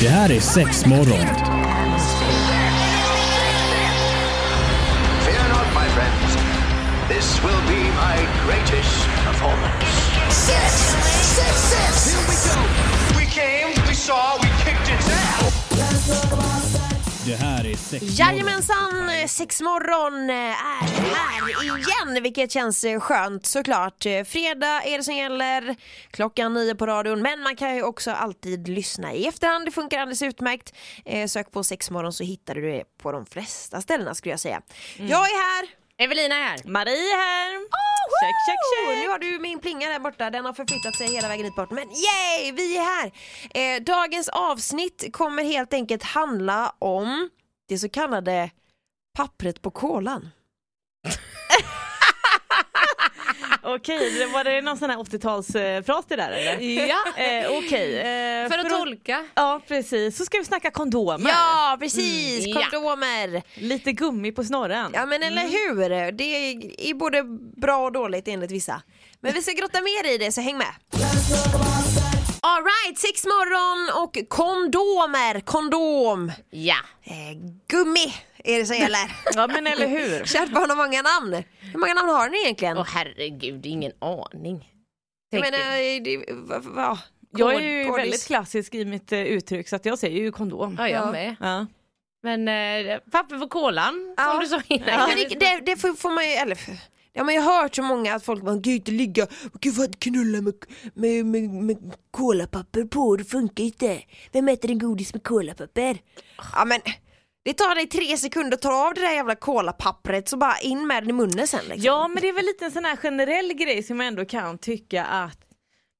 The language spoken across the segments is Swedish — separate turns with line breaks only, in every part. Det här är sex morgon.
Fear not, my friends. This will be my greatest performance.
Six, six, six. Here we go.
We came, we saw, we kicked its ass.
Det här är sex morgon.
Jajamensan, sexmorgon eh, är här igen vilket känns eh, skönt såklart. Eh, Fredag är det som gäller, klockan nio på radion men man kan ju också alltid lyssna i efterhand, det funkar alldeles utmärkt. Eh, Sök på sexmorgon så hittar du det på de flesta ställena skulle jag säga. Jag är här!
Evelina här.
Marie här!
Check,
check, check.
Nu har du min plinga där borta, den har förflyttat sig hela vägen hit bort. Men yay, vi är här! Eh, dagens avsnitt kommer helt enkelt handla om det så kallade pappret på kolan.
Ah!
Okej, det- var det någon sån här 80-talsfras det där eller?
Ja,
Eh, Okej. Eh,
för att tolka.
Ja precis, så ska vi snacka kondomer.
Ja, precis!
Mm, ja.
Kondomer!
Lite gummi på snorren.
Ja men eller hur, det är både bra och dåligt enligt vissa. Men vi ska grotta mer i det så häng med. Alright, sex morgon och kondomer, kondom,
Ja.
eh, gummi är det som gäller.
Ja, men eller hur.
Kärt barn har många namn. Hur många namn har ni egentligen?
Åh herregud, ingen aning.
jag
Tänker-
menar, det, va, va,
Jag är ju
kod-
väldigt klassisk i mitt eh, uttryck så att jag säger ju kondom.
ja, jag med.
Ja.
Men eh, papper på kolan,
Ja.
som du sa innan.
Ja, men det, det, det får, får man ju, eller det har man ju hört så många att folk bara, gud inte ligga, gud vad knulla med, med, med, med kolapapper på, det funkar inte. Vem äter en godis med kolapapper? Ja men, det tar dig tre sekunder att ta av det där jävla kolapappret så bara in med den i munnen sen liksom.
ja men det är väl lite en sån här generell grej som jag ändå kan tycka att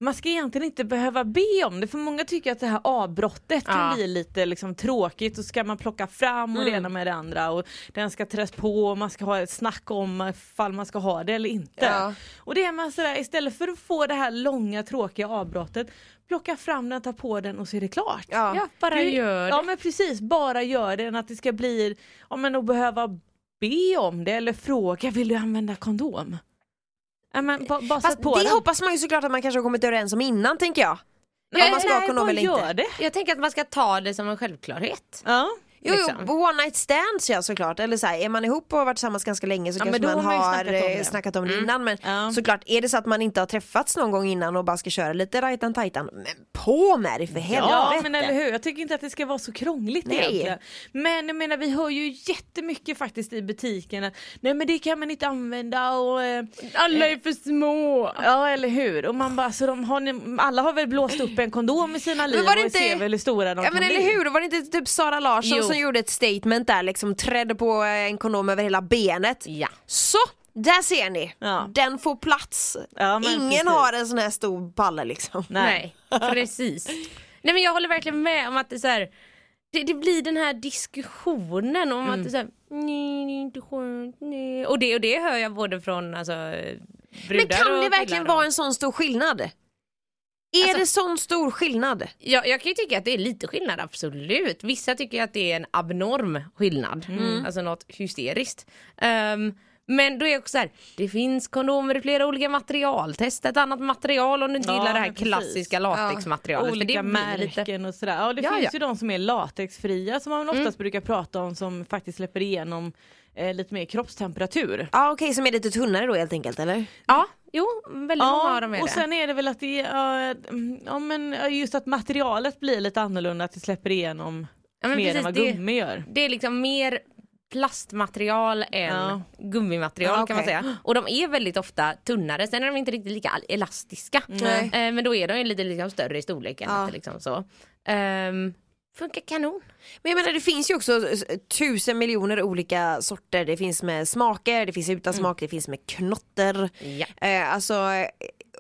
man ska egentligen inte behöva be om det för många tycker att det här avbrottet kan
Ja.
bli lite liksom, tråkigt och ska man plocka fram och
Mm.
det ena med det andra och den ska träs på och man ska ha ett snack om ifall man ska ha det eller inte.
Ja.
Och det är man sådär istället för att få det här långa tråkiga avbrottet plocka fram den, ta på den och så är det klart.
Ja.
Ja, bara
Du-
gör det.
Ja men precis, bara gör det än att det ska bli, ja men att behöva be om det eller fråga, vill du använda kondom? Ja, men, ba, bara
Fast
sätt på
det
den.
hoppas man ju såklart att man kanske har kommit överens om innan tänker jag. om man ska ha kondom
bara
eller inte.
gör det.
Jag tänker att man ska ta det som en självklarhet.
Ja.
Jo,
liksom.
jo one night stands ja såklart. Eller så här, är man ihop och har varit tillsammans ganska länge så
Ja,
kanske
men då
man
har man ju
har
snackat om
eh,
det. Mm.
snackat om det innan. Men
Ja.
såklart, är det så att man inte har träffats någon gång innan och bara ska köra lite rajtan tajtan, men på med det för helvete!
Ja men eller hur, jag tycker inte att det ska vara så krångligt
Nej.
egentligen. Men jag menar vi hör ju jättemycket faktiskt i butikerna, nej men det kan man inte använda och eh,
Alla är för små.
Ja eller hur, och man bara, så de har, ni- alla har väl blåst upp en kondom i sina liv
var det
och
inte-
ser väl hur stora de
Ja men
kan
eller
bli.
hur, var det inte typ Sara Larsson
Jo.
som gjorde ett statement där liksom trädde på en kondom över hela benet?
Ja.
Så! Där ser ni!
Ja.
Den får plats.
Ja, men
Ingen
precis.
har en sån här stor balle liksom.
Nej, precis. Nej men jag håller verkligen med om att det är så här, det, det blir den här diskussionen om att det är så här, nej det är inte skönt, nej. Och det, och det hör jag både från alltså, brudar
Men kan
och
det verkligen
killar
vara
och-
en sån stor skillnad? Är det sån stor skillnad?
Jag, jag kan ju tycka att det är lite skillnad, absolut. Vissa tycker att det är en abnorm skillnad, alltså något hysteriskt. Ehm, men då är jag också så här, det finns kondomer i flera olika material. Testa ett annat material om du inte
Ja,
gillar det här
men precis.
klassiska latexmaterialet. för
Olika
det blir lite-
märken och sådär. Ja, det
Ja,
finns
ja.
ju de som är latexfria som man oftast brukar prata om som faktiskt släpper igenom eh, lite mer kroppstemperatur.
Ja okej, som är lite tunnare då helt enkelt eller?
Ja, jo, väldigt många av dem är
och
det.
sen är det väl att det är, eh, mm, ja, men eh, just att materialet blir lite annorlunda, att det släpper igenom
Ja, men
mer
precis,
än vad
det-
gummi gör.
Det är liksom mer plastmaterial än
Ja.
gummimaterial
Ja,
kan man
okej.
säga. Och de är väldigt ofta tunnare, sen är de inte riktigt lika al- elastiska.
Nej.
Eh, Men då är de ju lite liksom större i storleken.
Ja.
lite Liksom så. Ehm, funkar kanon.
Men jag menar det finns ju också s- tusen miljoner olika sorter. Det finns med smaker, det finns utan smak, det finns med knotter.
Ja.
Eh, alltså eh,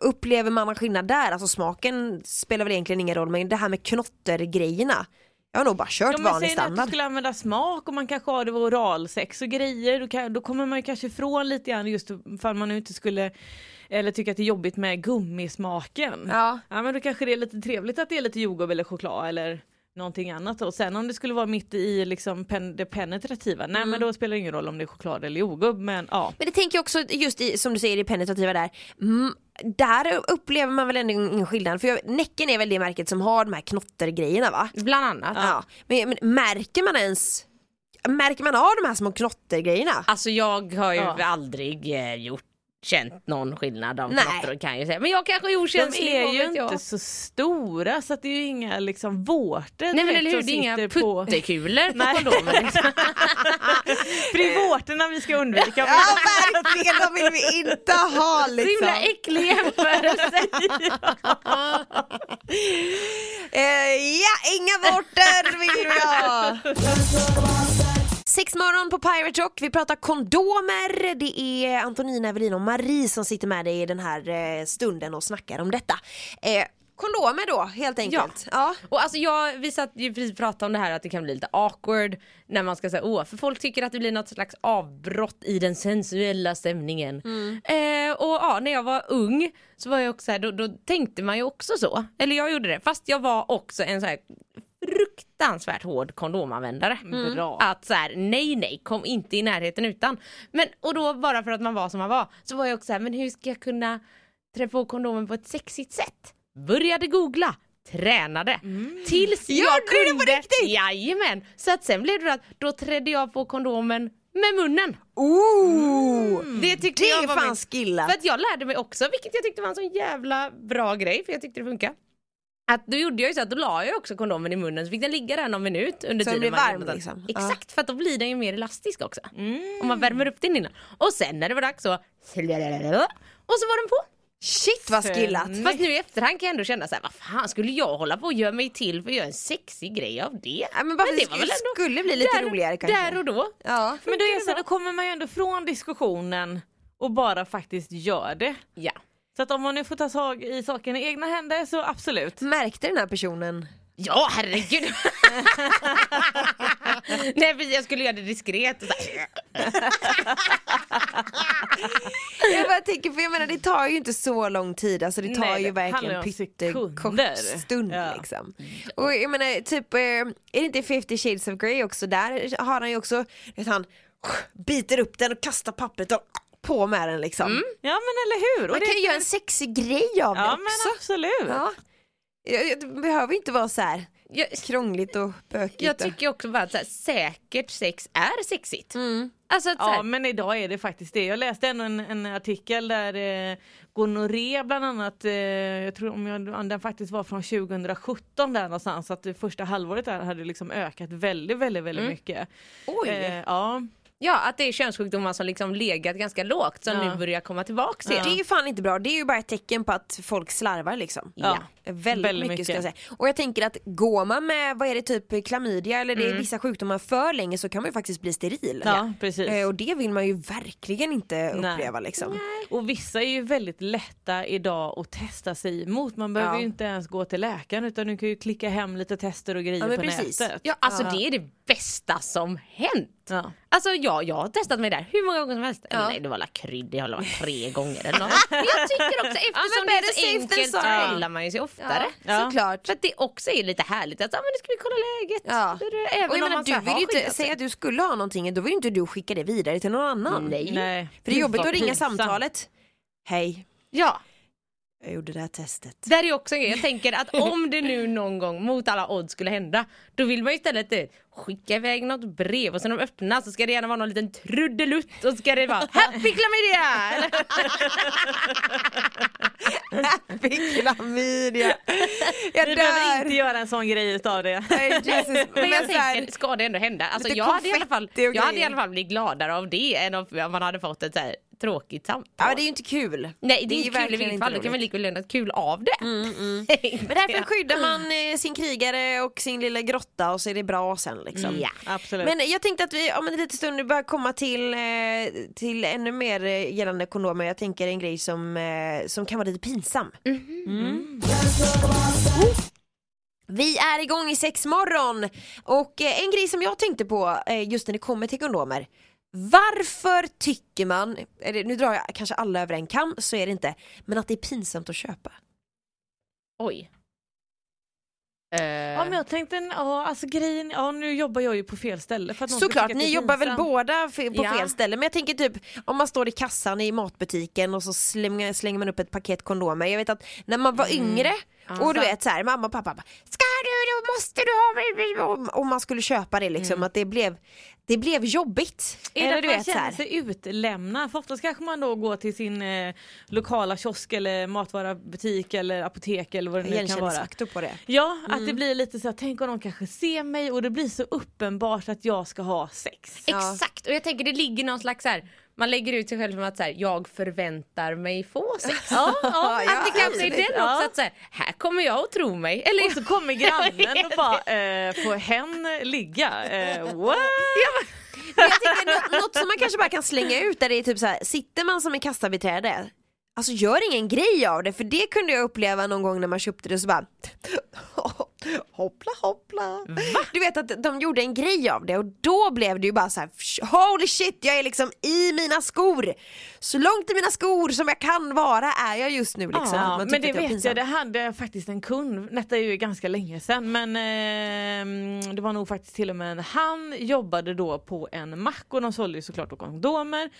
upplever man en skillnad där, alltså smaken spelar väl egentligen ingen roll men det här med knottergrejerna. Jag har nog bara kört
Ja, men
vanlig
säg att du
standard.
skulle använda smak och man kanske har det var oralsex och grejer då, kan, då kommer man ju kanske ifrån lite grann just ifall man nu inte skulle eller tycker att det är jobbigt med gummismaken.
Ja.
ja men då kanske det är lite trevligt att det är lite jordgubb eller choklad eller någonting annat och sen om det skulle vara mitt i liksom pen, det penetrativa, nej
Mm.
men då spelar det ingen roll om det är choklad eller jordgubb men ja.
Men det tänker jag också just i, som du säger i penetrativa där, mm, där upplever man väl ändå ingen skillnad för jag, Näcken är väl det märket som har de här knottergrejerna va?
Bland annat.
Ja. Men, men märker man ens Märker man av de här små knottergrejerna?
Alltså jag har ju
Ja.
aldrig eh, gjort känt någon skillnad av
Nej.
knattor kan jag ju säga. Men jag kanske är
De
okänslig.
är
vad
ju
vet jag.
inte så stora så att det är ju inga liksom vårtor
Nej men
direkt
eller hur,
som
det är inga
sitter på-
puttekulor på kondomen. liksom.
För det är vårtorna vi ska undvika.
Ja verkligen, de vill vi inte ha
Så himla
liksom.
äcklig jämförelse.
Eh, ja, inga vårtor vill vi ha. Sex morgon på Pirate Rock, vi pratar kondomer. Det är Antonina, Evelina och Marie som sitter med dig i den här eh, stunden och snackar om detta. Eh, kondomer då helt enkelt. Ja.
Och alltså jag, vi satt ju precis och pratade om det här att det kan bli lite awkward när man ska säga åh, för folk tycker att det blir något slags avbrott i den sensuella stämningen.
Mm.
Eh, och ja, när jag var ung så var jag också så här, då, då tänkte man ju också så. Eller jag gjorde det, fast jag var också en så här fruktansvärt hård kondomanvändare.
Mm.
Mm.
Bra.
Att så här, nej nej, kom inte i närheten utan. Men, och då bara för att man var som man var, så var jag också så här, men hur ska jag kunna trä på kondomen på ett sexigt sätt? Började googla, tränade.
Mm.
Tills jag
Gjorde du det på
kunde. riktigt? Jajamän! Så att sen blev det att då trädde jag på kondomen med munnen.
Ooh.
Det tyckte
Mm. Det
jag
är
var
fan
mitt-
skillat.
För att jag lärde mig också, vilket jag tyckte var en sån jävla bra grej, för jag tyckte det funkar. Att då gjorde jag ju så att då la jag också kondomen i munnen så fick den ligga där någon minut under
Så den
tiden
blir
man
varm
gjorde något.
liksom. Ja. Mm.
Exakt, för att då blir den ju mer elastisk också. Om man värmer upp den innan. Och sen när det var dags så... Och så var den på.
Shit vad skillat.
Fast nu i efterhand kan jag ändå känna så här, vad fan skulle jag hålla på och göra mig till för att göra en sexig grej av det?
Ja, men bara för att det skulle bli lite
där,
roligare kanske.
Där och då.
Ja.
Men då, är det så här, då kommer man ju ändå från diskussionen och bara faktiskt gör det.
Ja.
Så att om man nu får ta tag i saken i egna händer så absolut.
Mm.
Märkte den här personen?
Ja, herregud. Nej, precis, jag skulle göra det diskret. Och så här.
Jag bara tänker, för jag menar det tar ju inte så lång tid, alltså det tar
Nej,
ju
det handlar
verkligen
om
pyttekort
sekunder.
stund
Ja.
liksom. Och jag menar typ, eh, är det inte 50 shades of Grey också, där har han ju också, vet han biter upp den och kastar pappret och på med den liksom.
Ja men eller hur. Och
Man
det-
kan ju göra en sexig grej av det
Ja
också.
men absolut.
Ja. Jag- jag- Det behöver inte vara så här
Jag,
krångligt och bökigt.
jag
och-
tycker också bara att så här, säkert sex är sexigt. Alltså att så
Ja
här,
men idag är det faktiskt det. Jag läste ändå en, en artikel där eh, gonorré bland annat, eh, jag tror om jag, om den faktiskt var från 2017 där någonstans, att det första halvåret där hade liksom ökat väldigt väldigt väldigt mycket.
Mm. Oj.
Eh, ja.
ja, att det är könssjukdomar som liksom legat ganska lågt som
Ja.
nu börjar komma tillbaka igen.
Det är ju fan inte bra, det är ju bara ett tecken på att folk slarvar liksom.
Ja.
Väldigt,
Väldigt
mycket, ska jag säga.
mycket.
Och jag tänker att går man med, vad är det, typ klamydia eller det är vissa sjukdomar för länge så kan man ju faktiskt bli steril.
Mm. Ja, precis.
Eh, Och det vill man ju verkligen inte uppleva liksom.
Och vissa är ju väldigt lätta idag att testa sig emot. Man behöver
Ja.
ju inte ens gå till läkaren utan du kan ju klicka hem lite tester och grejer
Ja, men
på
precis.
nätet.
Ja, alltså det är det bästa som hänt.
Ja.
Alltså ja, jag har testat mig där hur många gånger som helst. Eller nej, det var la krydd, det har väl varit tre gånger eller något. Men jag tycker också eftersom det
better
är så
safe than
enkelt så
sorry.
grillar man ju sig oftare.
Ja, såklart.
För att det också är lite härligt att ah, men nu ska vi kolla läget.
Ja.
Det är det,
Och
Även
jag
om
menar,
man
du vill ju inte, säg att du skulle ha någonting, då vill ju inte du skicka det vidare till någon annan.
Nej.
Nej.
För det är
Gud,
jobbigt
vad
att ringa
pinsamt.
samtalet. Hej,
Ja,
jag gjorde det här testet.
där är också en grej. Jag tänker att om det nu någon gång mot alla odds skulle hända, då vill man ju istället eh, skicka iväg något brev och sen när de öppnar så ska det gärna vara någon liten trudelutt och så ska det vara happy klamydia! Eller-
Happy klamydia. Jag
Vi
dör.
behöver inte göra en sån grej utav det.
Nej, Jesus.
Men jag
så här-
tänker, ska det ändå hända? Alltså,
lite
jag, hade i alla fall,
konfetti och
jag hade i
grejer.
alla fall blivit gladare av det än om man hade fått ett så här tråkigt samtal.
Ja det är ju inte kul.
Nej det är
ju
inte kul i
verkligen
vilket
inte
fall, då kan man
roligt. Mm.
lika väl göra något kul av det.
Men därför skyddar man eh, sin krigare och sin lilla grotta och så är det bra sen liksom.
Ja.
Absolut.
Men jag tänkte att vi om en liten stund börjar komma till, eh, till ännu mer eh, gällande kondomer. Jag tänker en grej som, eh, som kan vara lite pinsam. Mm. Vi är igång i sexmorgon och eh, en grej som jag tänkte på eh, just när det kommer till kondomer. Varför tycker man, eller nu drar jag kanske alla över en kam, så är det inte, men att det är pinsamt att köpa?
Oj.
Eh.
Eh,
Ja men jag tänkte, ja alltså grejen, ja nu jobbar jag ju på fel ställe för att någon ska
Såklart,
tycka att det
ni
är
jobbar väl
pinsamt.
båda f- på
Ja.
fel ställe men jag tänker typ om man står i kassan i matbutiken och så slänger, slänger man upp ett paket kondomer. Jag vet att när man
Mm.
var yngre och du vet så här, mamma och pappa bara, ska du, då måste du ha, om man skulle köpa det liksom att det blev, det blev jobbigt.
Mm. Är
Eller
det att
du
man
vet så
känner
här.
sig utlämnad? För oftast kanske man då går till sin eh, lokala kiosk eller matvarubutik eller apotek eller vad det nu kan
Igenkänner
vara.
saktor på det. Mm.
Ja, att det blir lite så här, tänk om de kanske ser mig och det blir så uppenbart att jag ska ha sex.
Ja.
Exakt, och jag tänker det ligger någon slags så här. Man lägger ut sig själv som att så här, jag förväntar mig få sex.
Ja, ja,
att
ja,
det kanske är den
absolut.
också,
Ja.
att så här, här kommer jag att tro mig. Eller
Och så kommer grannen och bara, eh, får hen ligga? Eh, what?
Men jag tänker, nå- något som man kanske bara kan slänga ut där det är typ så här, sitter man som en kassabiträde Alltså gör ingen grej av det för det kunde jag uppleva någon gång när man köpte det så bara Hoppla hoppla Du vet att de gjorde en grej av det och då blev det ju bara så här: Holy shit jag är liksom i mina skor Så långt i mina skor som jag kan vara är jag just nu liksom Att
Ja,
man
men
tyckte
det
att var
vet jag,
pinsamt.
det hade jag faktiskt en kund, detta är ju ganska länge sedan men eh, det var nog faktiskt till och med en han jobbade då på en mack och de sålde ju såklart då kondomer.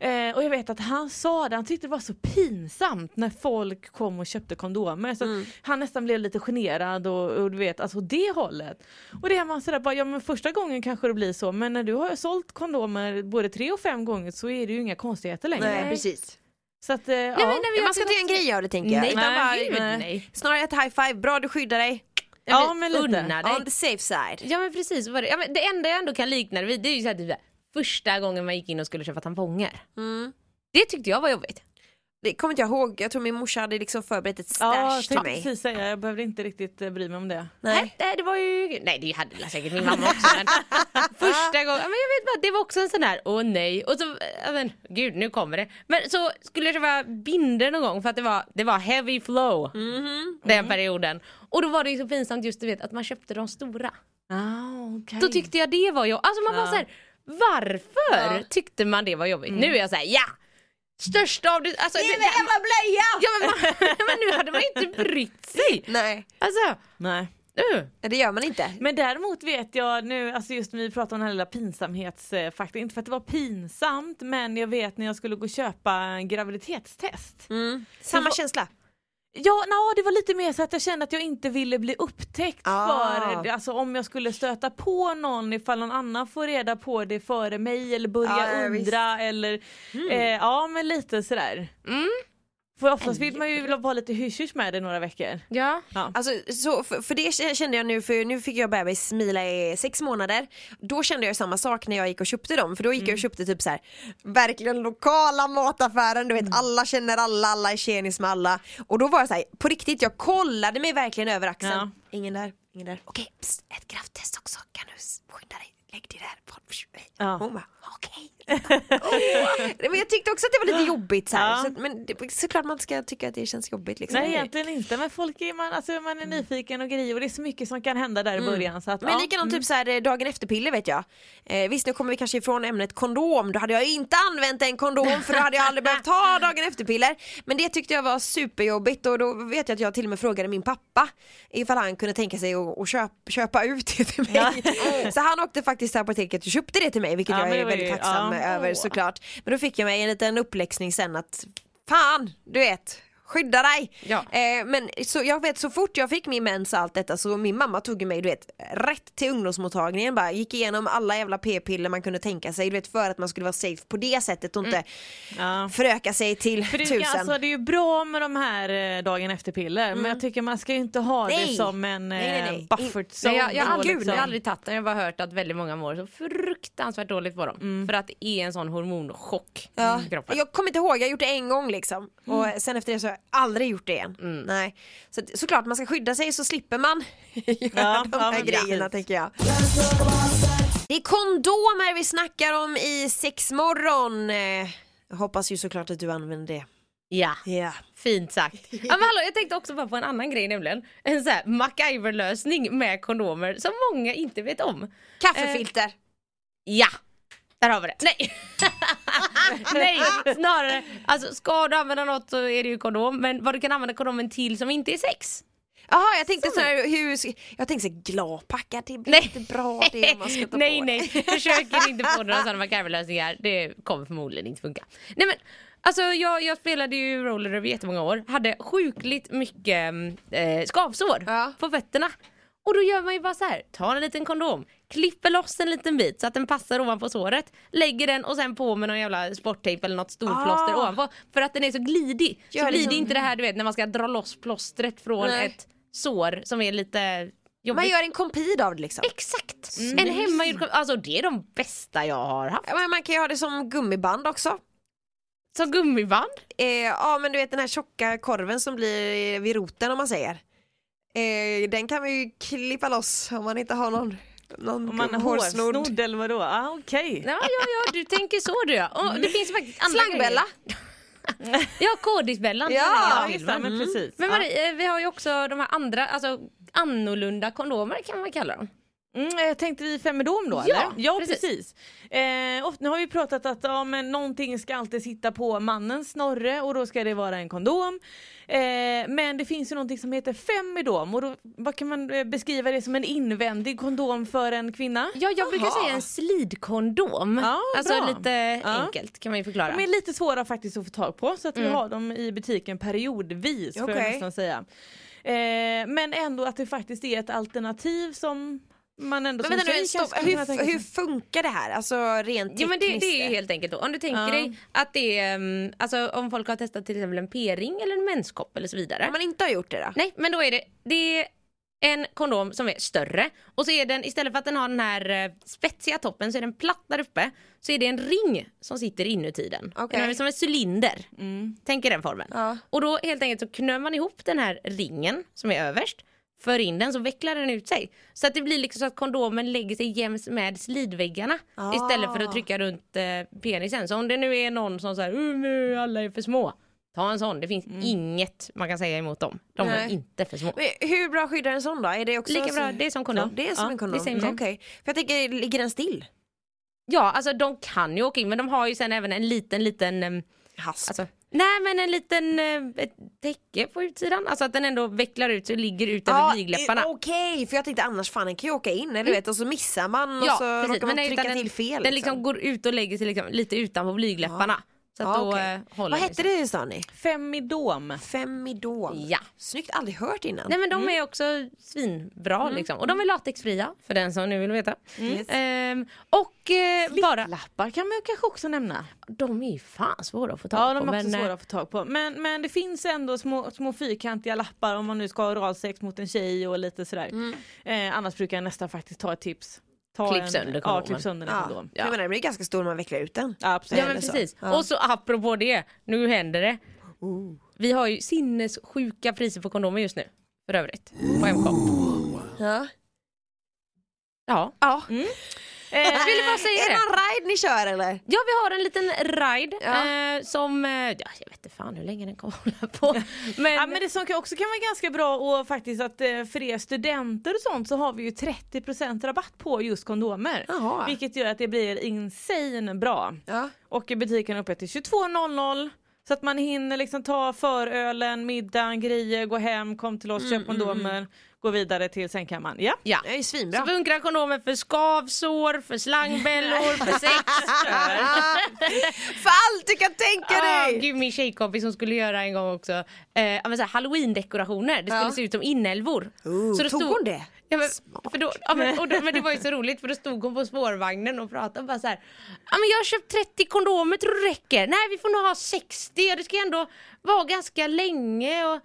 Eh, och jag vet att han sa det, han tyckte det var så pinsamt när folk kom och köpte kondomer. Så
Mm.
Han nästan blev lite generad och, och du vet, alltså det hållet. Och det är man sådär bara, ja men första gången kanske det blir så men när du har sålt kondomer både tre och fem gånger så är det ju inga konstigheter längre.
Nej precis
Så att, eh, ja.
när
Man ska inte göra en grej av det tänker jag
Nej,
Utan bara,
nej, gud, nej.
Snarare ett high five, bra du skyddar dig
Ja, men lite.
Unna dig.
On the safe side
Ja men precis, vad var det? Ja, men det enda jag ändå kan likna det vid det är ju så här, typ, så här, första gången man gick in och skulle köpa tamponger. Det tyckte jag var jobbigt.
Det kommer inte jag ihåg, jag tror min morsa hade liksom förberett ett stash till
tänkte
mig.
typ precis säga, jag behövde inte riktigt eh, bry mig om det.
Nej.
Nej Äh, det var ju, nej det hade väl säkert min mamma också men första gången, ja, men jag vet bara det var också en sån här, åh nej och så, ja, men gud nu kommer det. Men så skulle jag köpa binder någon gång för att det var, det var heavy flow den perioden. Och då var det ju så pinsamt just du vet att man köpte de stora.
Ah, okay.
Då tyckte jag det var jobbigt. Alltså man var så här, varför tyckte man det var jobbigt? Nu är jag så här, ja! Största av det... Alltså, det är en jävla blöja! Ja, men, man, men nu hade man ju inte brytt sig.
Nej,
Alltså,
Nej.
uh.
det gör man inte.
Men däremot vet jag nu, alltså just när vi pratar om den här lilla pinsamhetsfaktorn, inte för att det var pinsamt men jag vet när jag skulle gå och köpa graviditetstest.
Samma känsla.
Ja, no, det var lite mer så att jag kände att jag inte ville bli upptäckt
Ah.
för alltså, om jag skulle stöta på någon ifall någon annan får reda på det före mig eller börja
Ah, Ja, ja, visst. Hmm.
undra eller eh, ja men lite sådär.
Mm.
För oftast vill man ju vara lite hysch med det några veckor.
Ja.
Alltså, så, för, för det k- kände jag nu, för nu fick jag bebis Mila i sex månader. Då kände jag samma sak när jag gick och köpte dem. För då
Mm.
gick jag och köpte typ så här, verkligen lokala mataffären. Du vet
Mm.
alla känner alla, alla är tjenis med alla. Och då var jag så här, på riktigt, jag kollade mig verkligen över axeln.
Ja.
Ingen där, ingen där. Okej, psst, ett krafttest också. Kan du s- skynda dig? Lägg dig där.
Ja.
Hon bara, okej. Nej, Men jag tyckte också att det var lite jobbigt så här.
Ja.
Så, att- men det, såklart man inte ska tycka att det känns jobbigt liksom.
Nej egentligen inte men folk är, man, alltså, man är nyfiken och grejer och det är så mycket som kan hända där i början. Så att,
Mm. Men
ja. mm.
likadant typ så här, eh, dagen efter piller vet jag. Eh, visst nu kommer vi kanske ifrån ämnet kondom, då hade jag inte använt en kondom för då hade jag aldrig behövt ta dagen efter piller. Men det tyckte jag var superjobbigt och då vet jag att jag till och med frågade min pappa ifall han kunde tänka sig att, att köp, köpa ut det till mig. Så han åkte faktiskt till apoteket och köpte det till mig vilket
Ja, men
jag
det
är
var
väldigt
ju-
tacksam
ja.
över
Åh.
såklart. Men då fick jag mig en liten uppläxning sen att fan, du vet. Skydda dig!
Ja.
Eh, men så, jag vet så fort jag fick min mens och allt detta så min mamma tog ju mig du vet rätt till ungdomsmottagningen bara gick igenom alla jävla p-piller man kunde tänka sig du vet för att man skulle vara safe på det sättet och inte
Ja.
föröka sig till
Mm. För det, är ju-
tusen.
alltså, det är ju bra med de här eh, dagen efter piller men jag tycker man ska ju inte ha det
Nej.
som en
Nej, nej, nej.
eh, buffert zone.
Mm. Nej, jag, jag, har
och
aldrig,
liksom-
jag har aldrig tagit den, jag har bara hört att väldigt många mår så fruktansvärt dåligt på dem. För att det är en sån hormonchock
Ja.
i kroppen.
Jag kommer inte ihåg, jag har gjort det en gång liksom
Mm.
och sen efter det så har jag aldrig gjort det igen. Nej. Så, att- såklart man ska skydda sig så slipper man göra
Ja,
de
ja,
här
men
grejerna
precis.
tänker jag. Det är kondomer vi snackar om i sexmorgon. Eh, jag hoppas ju såklart att du använder det.
Ja.
Ja.
Fint sagt. Ja, men hallå, jag tänkte också bara på en annan grej nämligen. En sån här MacGyver-lösning med kondomer som många inte vet om.
Kaffefilter.
Eh. Ja! Där har vi det. Nej! Nej, snarare. Alltså ska du använda något så är det ju kondom. Men vad du kan använda kondomen till som inte är sex.
Jaha jag tänkte så här, hur, ska- jag tänkte så här, gladpackar, det blir
Nej.
inte bra det man ska ta
nej,
på.
nej, försök inte få några sådana MacGyver-lösningar. Det kommer förmodligen inte funka. Nej men, alltså jag, jag spelade ju roller över jättemånga år. Hade sjukligt mycket eh, skavsår
Ja.
på fötterna. Och då gör man ju bara så här, tar en liten kondom, klipper loss en liten bit så att den passar ovanpå såret, lägger den och sen på med någon jävla sporttejp eller något storplåster
Ah.
ovanpå. För att den är så glidig.
Gör
så glider
liksom-
inte det här du vet när man ska dra loss plåstret från
Nej.
ett sår som är lite jobbigt.
Man gör en kompid av det liksom.
Exakt! En hemmagjord kom- Alltså det är de bästa jag har haft.
Ja, men man kan ju ha det som gummiband också.
Som gummiband.
Eh, ja men du vet den här tjocka korven som blir vid roten om man säger. Eh, den kan man ju klippa loss om man inte har någon, någon
Om man har
hårsnodd.
hårsnodd eller vadå? Ah, Okej.
Ja, ja, ja, du tänker så du ja. Och det finns faktiskt andra
Slangbella.
grejer. Ja, kådisbällan.
Ja,
den
Ja,
här
just det,
filmen.
men precis.
Mm. Men Marie, eh, vi har ju också de här andra, alltså annorlunda kondomer kan man kalla dem.
Mm, eh, tänkte vi Femidom då
Ja,
eller? Ja
precis.
precis. Eh, ofta, nu har vi pratat att ja, men någonting ska alltid sitta på mannens snorre och då ska det vara en kondom. Eh, men det finns ju någonting som heter Femidom och då, vad kan man eh, beskriva det som en invändig kondom för en kvinna?
Ja, jag brukar säga en slidkondom.
Ja,
alltså
bra.
lite
Ja.
enkelt kan man ju förklara.
De är lite svåra faktiskt att få tag på så att vi har dem i butiken periodvis får jag
Okej.
nästan säga. Eh, men ändå att det faktiskt är ett alternativ som man ändå
Men
som
vänta nu,
tjej
stopp.
kanske skulle kunna tänka
Hur,
sig.
hur funkar det här? Alltså rent tekniskt?
Ja men det, det är ju helt enkelt då. Om du tänker
Ja.
dig att det är, mm, alltså om folk har testat till exempel en p-ring eller en menskopp eller så vidare.
Om man inte har gjort det då?
Nej, men då är det, det är en kondom som är större och så är den istället för att den har den här eh, spetsiga toppen så är den platt där uppe. Så är det en ring som sitter inuti den.
Okej.
Den är som en cylinder. Tänk er den formen.
Ja.
Och då helt enkelt så knör man ihop den här ringen som är överst. För in den så vecklar den ut sig. Så att det blir liksom så att kondomen lägger sig jäms med slidväggarna.
Ah.
Istället för att trycka runt eh, penisen. Så om det nu är någon som säger nu alla är för små. Ta en sån, det finns inget man kan säga emot dem. De är
Mm. Nej.
inte för små.
Men hur bra skyddar en sån då? Är det också
Lika bra, det är som kondom.
Det är som
Ja,
en
det
kondom.
är same,
Mm,
same.
Okej. För jag tänker, ligger den still?
Ja, alltså de kan ju åka in men de har ju sen även en liten, liten ehm,
Hasp.
Alltså, nej men en liten eh, ett täcke på utsidan, alltså att den ändå vecklar ut så ligger ut över
Ja,
blygläpparna.
eh, Okej, för jag tänkte annars fan den kan ju åka in
Mm.
eller du vet och så missar man och så råkar man
nej,
trycka
utan
till fel.
Den liksom går ut och lägger sig liksom, lite utanpå blygläpparna. Så att
Ja,
då
okej.
eh,
Vad
håller den
hette
sig.
det sa ni?
Femidom.
Femidol.
Ja.
Snyggt, aldrig hört innan.
Nej men de är också svinbra
Mm.
liksom. Och de är latexfria för den som nu vill veta. Ehm, och eh, bara,
Lappar kan man kanske också nämna.
de är ju fan svåra att få tag
Ja,
på.
de är också
men, eh,
svåra att få tag på. Men, men det finns ändå små, små fyrkantiga lappar om man nu ska ha oralsex mot en tjej och lite sådär. Eh, annars brukar jag nästan faktiskt ta ett tips. Ta
Klipp
en-
sönder
Ja,
kondomen.
klipp sönder en
ja.
kondom.
Jag menar den blir ganska stor när man vecklar ut den.
Ja, absolut.
Ja men
Eller så.
precis.
Ja.
Och så apropå det, nu händer det. Vi har ju sinnessjuka priser på kondomer just nu. För övrigt. På MK.
Ja.
Ja.
ja. Eh,
Jag ville bara säga
Är det
det.
någon ride ni kör eller?
Ja vi har en liten ride
Ja.
eh, som, eh, ja, jag vet inte fan hur länge den kommer hålla på. Men,
Ja, men det som kan- också kan vara ganska bra och faktiskt att eh, för er studenter och sånt så har vi ju 30% rabatt på just kondomer.
Jaha.
Vilket gör att det blir insane bra.
Ja.
Och i butiken uppe till 22.00 så att man hinner liksom ta förölen, middagen, grejer, gå hem, kom till
Mm,
oss, köp kondomer, gå vidare till sängkammaren. Ja.
ja.
Det är ju
Så
svinbra.
bunkra kondomer för skavsår, för slangbällor, för sex.
För allt du kan tänka
Ah,
dig!
gud, min tjejkompis som skulle göra en gång också, eh, ja, men så här, halloween-dekorationer, det skulle
Ja.
se ut som inälvor.
Oh,
så då
tog hon det?
Ja, men, för då, ja, men, och då, men det var ju så roligt för då stod hon på spårvagnen och pratade och bara så här, ja men jag har köpt 30 kondomer tror du det räcker? Nej vi får nog ha 60 och det ska ändå vara ganska länge och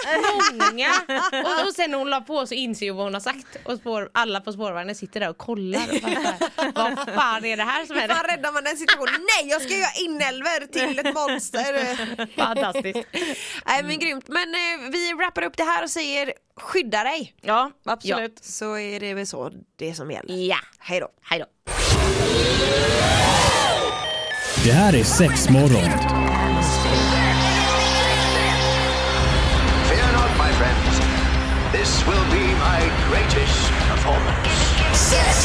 många. Och, och sen när hon la på så inser ju vad hon har sagt och spår, alla på spårvagnen sitter där och kollar och bara, så här, vad fan är det här som händer?
Fan räddar man den situationen? Nej jag ska göra inälvor till ett monster!
Fantastiskt.
Nej men grymt, men eh, vi wrappar upp det här och säger skydda dig!
Ja, absolut.
Så är det väl så det som gäller.
Ja,
Hej då!
hej då.
Det här är sex morgon.
Fear not, my friends. This will be my greatest performance.
Six,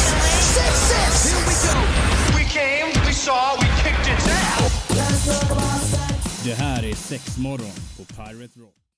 six, six. Here we go.
We came, we saw, we kicked its ass.
Det här är sex morgon på Pirate Rock.